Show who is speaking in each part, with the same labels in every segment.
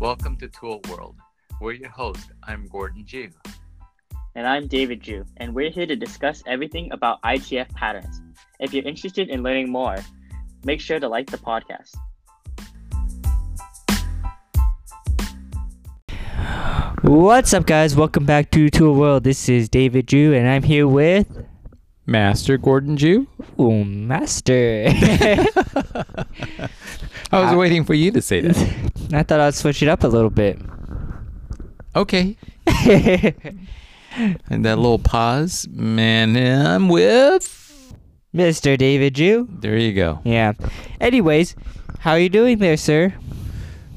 Speaker 1: Welcome to Tool World. We're your host. I'm Gordon Jew.
Speaker 2: And I'm David Drew, and we're here to discuss everything about IGF patterns. If you're interested in learning more, make sure to like the podcast.
Speaker 3: What's up, guys? Welcome back to Tool World. This is David Drew, and I'm here with
Speaker 4: Master Gordon Jew.
Speaker 3: Ooh, Master.
Speaker 4: I was waiting for you to say that.
Speaker 3: I thought I'd switch it up a little bit.
Speaker 4: Okay. And that little pause, man, I'm with.
Speaker 3: Mr. David Drew.
Speaker 4: There you go.
Speaker 3: Yeah. Anyways, how are you doing there, sir?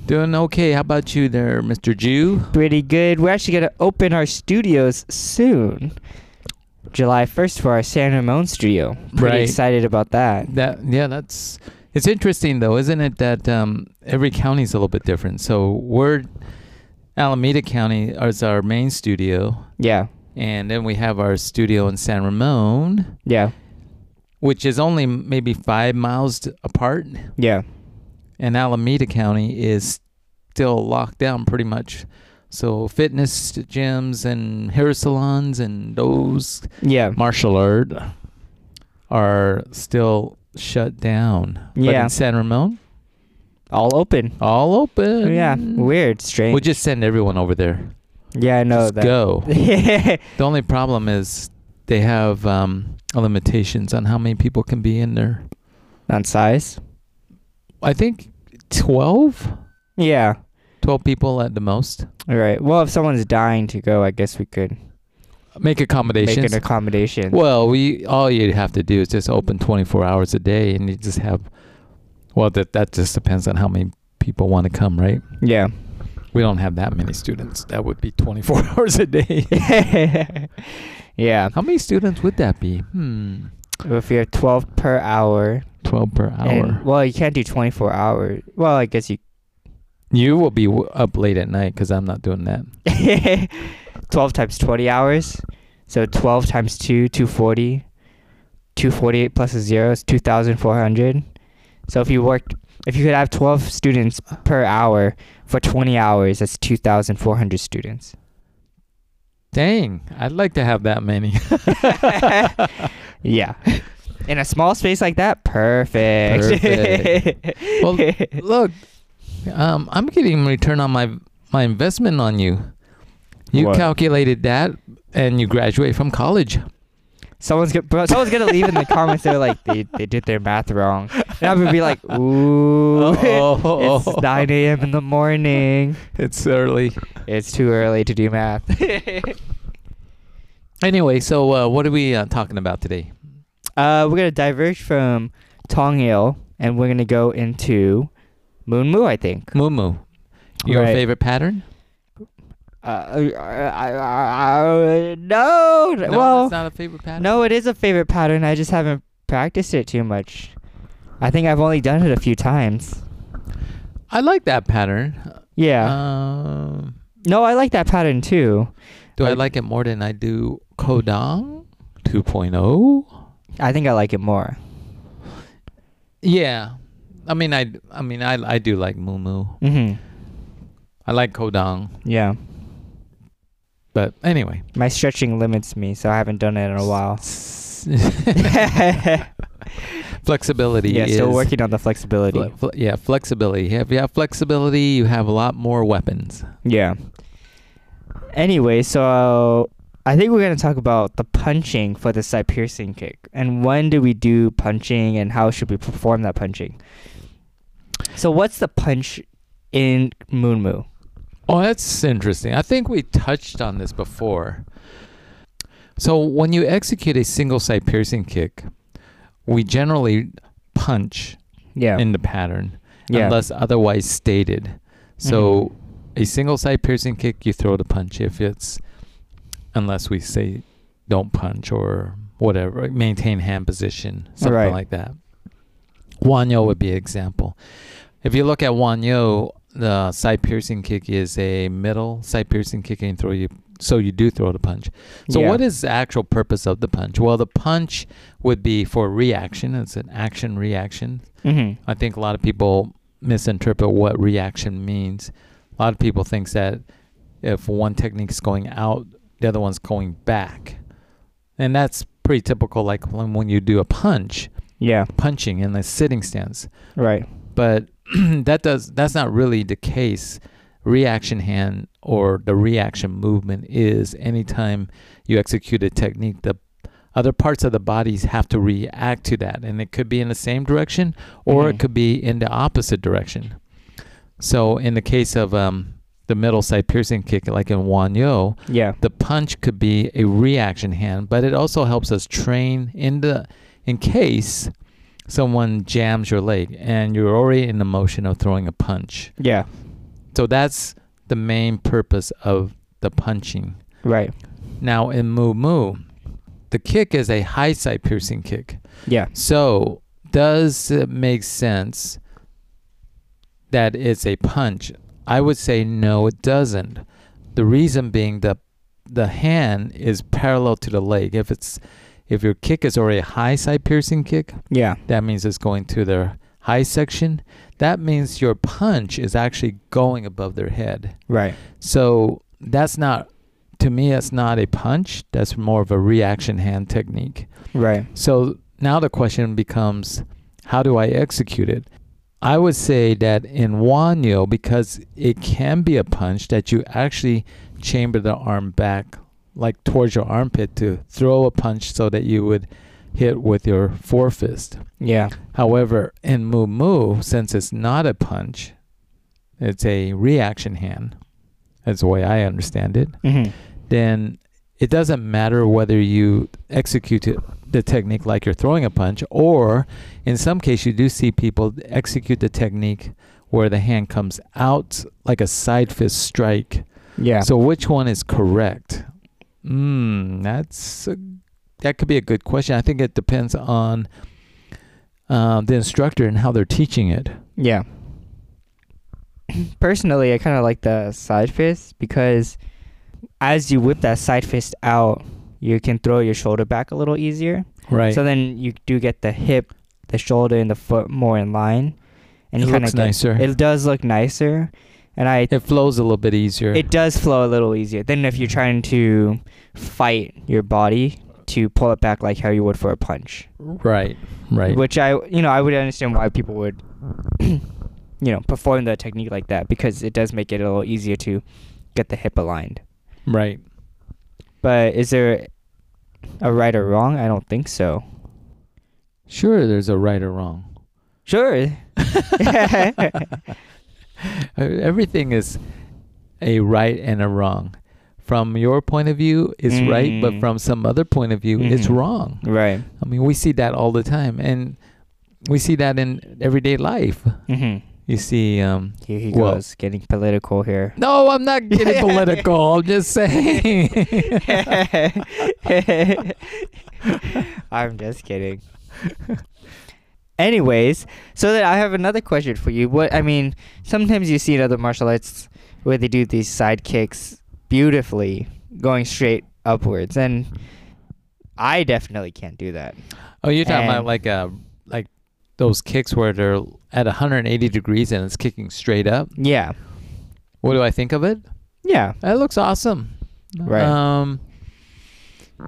Speaker 4: Doing okay. How about you there, Mr. Jew?
Speaker 3: Pretty good. We're actually going to open our studios soon. July 1st for our San Ramon studio. Pretty
Speaker 4: Right.
Speaker 3: excited about that.
Speaker 4: That yeah, that's it's interesting though, isn't it? That um, every county's a little bit different. So we're Alameda County is our main studio,
Speaker 3: Yeah.
Speaker 4: and then we have our studio in San Ramon,
Speaker 3: Yeah.
Speaker 4: which is only maybe five miles t- apart.
Speaker 3: Yeah.
Speaker 4: and Alameda County is still locked down pretty much. So fitness gyms and hair salons and those
Speaker 3: Yeah.
Speaker 4: martial art are still shut down. But
Speaker 3: Yeah.
Speaker 4: in San Ramon,
Speaker 3: All open.
Speaker 4: all open.
Speaker 3: Yeah. Weird. Strange.
Speaker 4: We'll just send everyone over there.
Speaker 3: yeah, I know
Speaker 4: just
Speaker 3: that.
Speaker 4: go.
Speaker 3: yeah.
Speaker 4: The only problem is they have um, limitations on how many people can be in there.
Speaker 3: On size.
Speaker 4: I think 12?
Speaker 3: Yeah.
Speaker 4: 12 people at the most.
Speaker 3: All right. Well, if someone's dying to go, I guess we could
Speaker 4: Make accommodations.
Speaker 3: make an accommodation.
Speaker 4: Well, we all you have to do is just open 24 hours a day, and you just have. Well, that that just depends on how many people want to come, right?
Speaker 3: Yeah.
Speaker 4: We don't have that many students. That would be 24 hours a day.
Speaker 3: yeah.
Speaker 4: how many students would that be? Hmm,
Speaker 3: If you have 12 per hour.
Speaker 4: 12 per
Speaker 3: and-
Speaker 4: hour.
Speaker 3: well, you can't do 24 hours. Well, I guess you.
Speaker 4: you will be w- up late at night because I'm not doing that.
Speaker 3: 12 times 20 hours. So 12 times 2, 240. 248 plus a zero is 2,400. So if you worked. If you could have 12 students per hour for 20 hours, that's 2,400 students.
Speaker 4: Dang, I'd like to have that many.
Speaker 3: Yeah. In a small space like that, perfect.
Speaker 4: Perfect. well, look, um, I'm getting return on my my investment on you. You
Speaker 3: What?
Speaker 4: calculated that, and you graduate from college.
Speaker 3: someone's gonna bro, someone's gonna leave in the comments. They're like, they, they did their math wrong, and I'm gonna be like, ooh,
Speaker 4: Uh-oh.
Speaker 3: it's 9 a.m. in the morning.
Speaker 4: Oh. It's early.
Speaker 3: It's too early to do math.
Speaker 4: Anyway, so uh, what are we uh, talking about today?
Speaker 3: Uh, we're gonna diverge from Tong Il, and we're gonna go into Moon Moo. I think.
Speaker 4: Moo Moo. Your
Speaker 3: Right.
Speaker 4: favorite pattern?
Speaker 3: Uh, I, I, I, I, no. well,
Speaker 4: that's not a favorite pattern.
Speaker 3: No, it is a favorite pattern. I just haven't practiced it too much. I think I've only done it a few times.
Speaker 4: I like that pattern.
Speaker 3: Yeah.
Speaker 4: Um,
Speaker 3: no, I like that pattern too.
Speaker 4: do I like
Speaker 3: Like-
Speaker 4: it more than I do Kodang 2.0?
Speaker 3: I think I like it more.
Speaker 4: Yeah. I mean, I, I mean, I, I do like Moo Moo.
Speaker 3: Mhm.
Speaker 4: I like Kodang,
Speaker 3: Yeah.
Speaker 4: but anyway.
Speaker 3: My stretching limits me, so I haven't done it in a while.
Speaker 4: flexibility
Speaker 3: yeah,
Speaker 4: is
Speaker 3: still working on the flexibility.
Speaker 4: fle- fle- yeah, flexibility. If you have flexibility, you have a lot more weapons.
Speaker 3: Yeah. Anyway, so I think we're gonna talk about the punching for the side piercing kick, and when do we do punching, and how should we perform that punching? So, what's the punch in Moon Moo?
Speaker 4: Oh, that's interesting. I think we touched on this before. So, when you execute a single side piercing kick, we generally punch
Speaker 3: Yeah,
Speaker 4: in the pattern
Speaker 3: Yeah. Mm-hmm.
Speaker 4: unless otherwise stated. So, a single side piercing kick, you throw the punch if it's unless we say don't punch or whatever, maintain hand position, something
Speaker 3: Right.
Speaker 4: like that. Wanyo would be an example. If you look at Wanyo, the side piercing kick is a middle side piercing kick and throw you so you do throw the punch. So
Speaker 3: Yeah.
Speaker 4: what is the actual purpose of the punch? Well, the punch would be for reaction. It's an action reaction.
Speaker 3: Mm-hmm.
Speaker 4: I think a lot of people misinterpret what reaction means. A lot of people thinks that if one technique's going out, the other one's going back, and that's pretty typical. Like when, when you do a punch,
Speaker 3: Yeah.
Speaker 4: punching in the sitting stance,
Speaker 3: Right.
Speaker 4: but that does that's not really the case. Reaction hand or the reaction movement is anytime you execute a technique, the other parts of the bodies have to react to that, and it could be in the same direction or
Speaker 3: Mhm.
Speaker 4: it could be in the opposite direction. So in the case of um, the middle side piercing kick, like in Wan Yo,
Speaker 3: Yeah.
Speaker 4: the punch could be a reaction hand, but it also helps us train in the in case someone jams your leg and you're already in the motion of throwing a punch.
Speaker 3: Yeah.
Speaker 4: So that's the main purpose of the punching.
Speaker 3: Right.
Speaker 4: Now in Moo Moo, the kick is a high side piercing kick.
Speaker 3: Yeah.
Speaker 4: So does it make sense that it's a punch? I would say no, it doesn't. The reason being the the hand is parallel to the leg. If it's if your kick is already a high side piercing kick,
Speaker 3: Yeah.
Speaker 4: that means it's going to their high section. That means your punch is actually going above their head.
Speaker 3: Right.
Speaker 4: So that's not to me that's not a punch. That's more of a reaction hand technique.
Speaker 3: Right.
Speaker 4: So now the question becomes how do I execute it? I would say that in Wanyo, because it can be a punch, that you actually chamber the arm back, like towards your armpit, to throw a punch so that you would hit with your forefist.
Speaker 3: Yeah.
Speaker 4: However, in Mu Mu, since it's not a punch, it's a reaction hand. That's the way I understand it
Speaker 3: Mhm.
Speaker 4: then it doesn't matter whether you execute it- the technique like you're throwing a punch, or in some case, you do see people execute the technique where the hand comes out like a side fist strike.
Speaker 3: Yeah.
Speaker 4: So, which one is correct? Mm, that's a, that could be a good question. I think it depends on um, the instructor and how they're teaching it.
Speaker 3: Yeah. Personally, I kind of like the side fist because as you whip that side fist out, you can throw your shoulder back a little easier.
Speaker 4: Right.
Speaker 3: So then you do get the hip, the shoulder, and the foot more in line. And
Speaker 4: It
Speaker 3: you kinda
Speaker 4: looks
Speaker 3: get-
Speaker 4: nicer.
Speaker 3: It does look nicer, and I
Speaker 4: it flows a little bit easier.
Speaker 3: it does flow a little easier than if you're trying to fight your body to pull it back like how you would for a punch.
Speaker 4: right. Right.
Speaker 3: Which I, you know, I would understand why people would, you know, perform the technique like that because it does make it a little easier to get the hip aligned.
Speaker 4: right.
Speaker 3: But is there a right or wrong? I don't think so.
Speaker 4: Sure, there's a right or wrong.
Speaker 3: Sure. Mm-hmm.
Speaker 4: Uh, Everything is a right and a wrong. From your point of view, it's right, but
Speaker 3: Mm.
Speaker 4: from some other point of view, it's
Speaker 3: Mhm.
Speaker 4: wrong.
Speaker 3: Right.
Speaker 4: I mean, we see that all the time, and we see that in everyday life.
Speaker 3: hmm
Speaker 4: You see, um,
Speaker 3: Here he
Speaker 4: Well-
Speaker 3: goes, getting political here.
Speaker 4: no, I'm not getting political. I'm just saying.
Speaker 3: I'm just kidding. Anyways, so then I have another question for you. What I mean, sometimes you see in other martial arts where they do these side kicks beautifully, going straight upwards, and I definitely can't do that.
Speaker 4: oh, you're talking about
Speaker 3: And-
Speaker 4: like a like those kicks where they're at 180 degrees and it's kicking straight up.
Speaker 3: Yeah,
Speaker 4: What do I think of it?
Speaker 3: yeah,
Speaker 4: That looks awesome.
Speaker 3: Right.
Speaker 4: Um,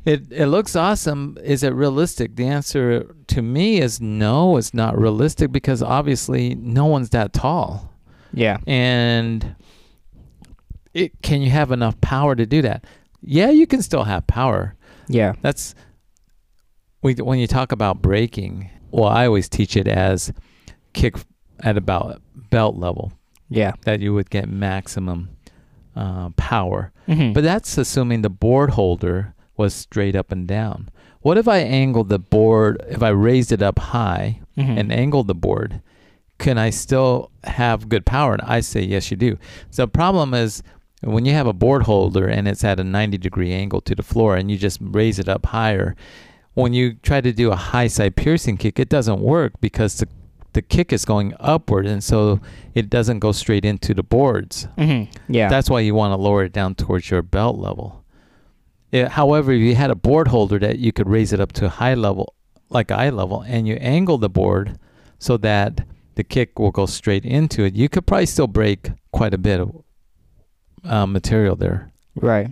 Speaker 4: it it looks awesome. Is it realistic? The answer to me is no. It's not realistic because obviously no one's that tall,
Speaker 3: yeah,
Speaker 4: and it can you have enough power to do that? Yeah, you can still have power.
Speaker 3: yeah,
Speaker 4: That's we when you talk about breaking. Well, I always teach it as kick at about belt level
Speaker 3: yeah.
Speaker 4: that you would get maximum uh, power.
Speaker 3: Mhm.
Speaker 4: But that's assuming the board holder was straight up and down. What if I angled the board, if I raised it up high
Speaker 3: Mhm.
Speaker 4: and angled the board? Can I still have good power? And I say, yes, you do. So the problem is when you have a board holder and it's at a 90 degree angle to the floor and you just raise it up higher, when you try to do a high side piercing kick, it doesn't work because the, the kick is going upward and so it doesn't go straight into the boards.
Speaker 3: Mhm. yeah,
Speaker 4: That's why you want to lower it down towards your belt level. Yeah, however, if you had a board holder that you could raise it up to high level, like eye level, and you angle the board so that the kick will go straight into it, you could probably still break quite a bit of uh, material there.
Speaker 3: Right.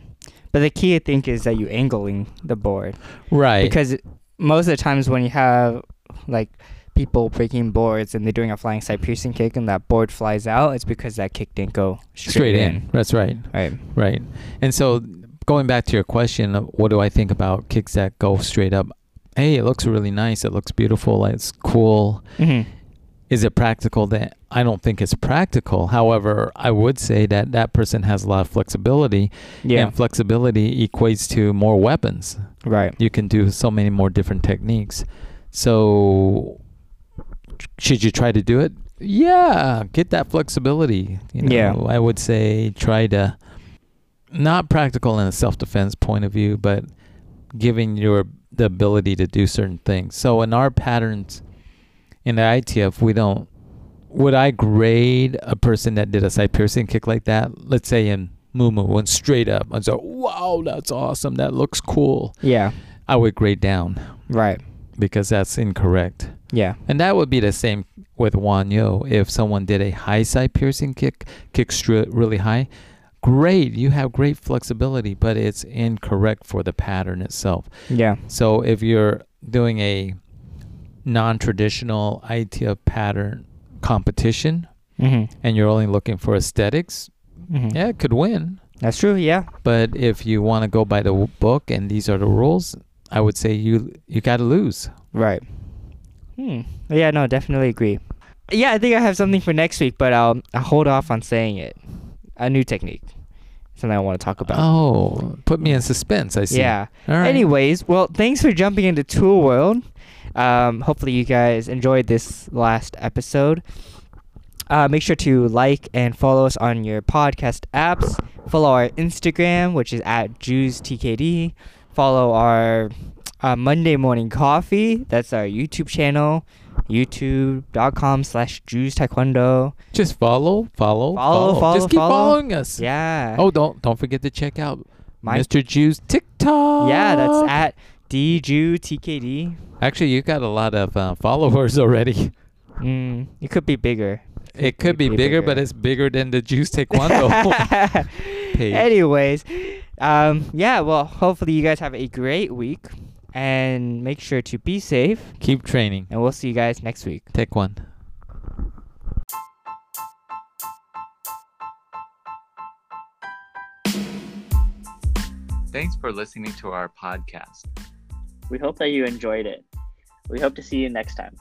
Speaker 3: But the key, I think, is that you angling the board
Speaker 4: Right.
Speaker 3: because most of the times when you have like people breaking boards and they're doing a flying side piercing kick and that board flies out, it's because that kick didn't go straight,
Speaker 4: straight in. That's right.
Speaker 3: Right.
Speaker 4: Right. And so going back to your question of what do I think about kicks that go straight up? Hey, it looks really nice. It looks beautiful. It's cool.
Speaker 3: Mm-hmm.
Speaker 4: Is it practical? That I don't think it's practical. However, I would say that that person has a lot of flexibility.
Speaker 3: Yeah.
Speaker 4: And flexibility equates to more weapons.
Speaker 3: right.
Speaker 4: You can do so many more different techniques. So should you try to do it? Yeah, get that flexibility. You know,
Speaker 3: Yeah.
Speaker 4: I would say try to not practical in a self defense point of view, but giving your the ability to do certain things. So in our patterns in the ITF we don't would I grade a person that did a side piercing kick like that? Let's say in Mumu went straight up and so wow, that's awesome. That looks cool.
Speaker 3: Yeah.
Speaker 4: I would grade down
Speaker 3: Right.
Speaker 4: because that's incorrect.
Speaker 3: Yeah.
Speaker 4: And that would be the same with Wan Yo. If someone did a high side piercing kick, kick stri- really high, great, you have great flexibility, but it's incorrect for the pattern itself.
Speaker 3: Yeah.
Speaker 4: So if you're doing a non traditional ITF pattern competition
Speaker 3: Mm-hmm.
Speaker 4: and you're only looking for aesthetics,
Speaker 3: Mm-hmm.
Speaker 4: yeah, it could win.
Speaker 3: That's true. Yeah.
Speaker 4: But if you want to go by the w- book and these are the rules, I would say you you got to lose.
Speaker 3: Right. Hmm. Yeah. No. Definitely agree. Yeah. I think I have something for next week, but I'll I hold off on saying it. A new technique. Something I want to talk about.
Speaker 4: Oh, put me in suspense. I see.
Speaker 3: Yeah.
Speaker 4: All right.
Speaker 3: Anyways, well, thanks for jumping into Tool World. Um, hopefully, you guys enjoyed this last episode. Uh, make sure to like and follow us on your podcast apps. Follow our Instagram, which is at JewsTKD. Follow our uh, Monday Morning Coffee. That's our YouTube channel, youtube.com slash Jews Taekwondo.
Speaker 4: Just follow, follow,
Speaker 3: Follow,
Speaker 4: follow,
Speaker 3: follow,
Speaker 4: Just keep
Speaker 3: follow.
Speaker 4: following us.
Speaker 3: Yeah.
Speaker 4: Oh, don't don't forget to check out
Speaker 3: My-
Speaker 4: Mr. Jew's TikTok.
Speaker 3: yeah, that's at DJewTKD.
Speaker 4: Actually, you got a lot of uh, followers already.
Speaker 3: Mm, it could be bigger.
Speaker 4: It could be
Speaker 3: Way
Speaker 4: bigger,
Speaker 3: bigger.
Speaker 4: but it's bigger than the Juice Taekwondo page.
Speaker 3: Anyways, um, yeah, well, hopefully you guys have a great week and make sure to be safe,
Speaker 4: Keep training.
Speaker 3: and we'll see you guys next week.
Speaker 4: Take one.
Speaker 1: Thanks for listening to our podcast.
Speaker 2: We hope that you enjoyed it. We hope to see you next time.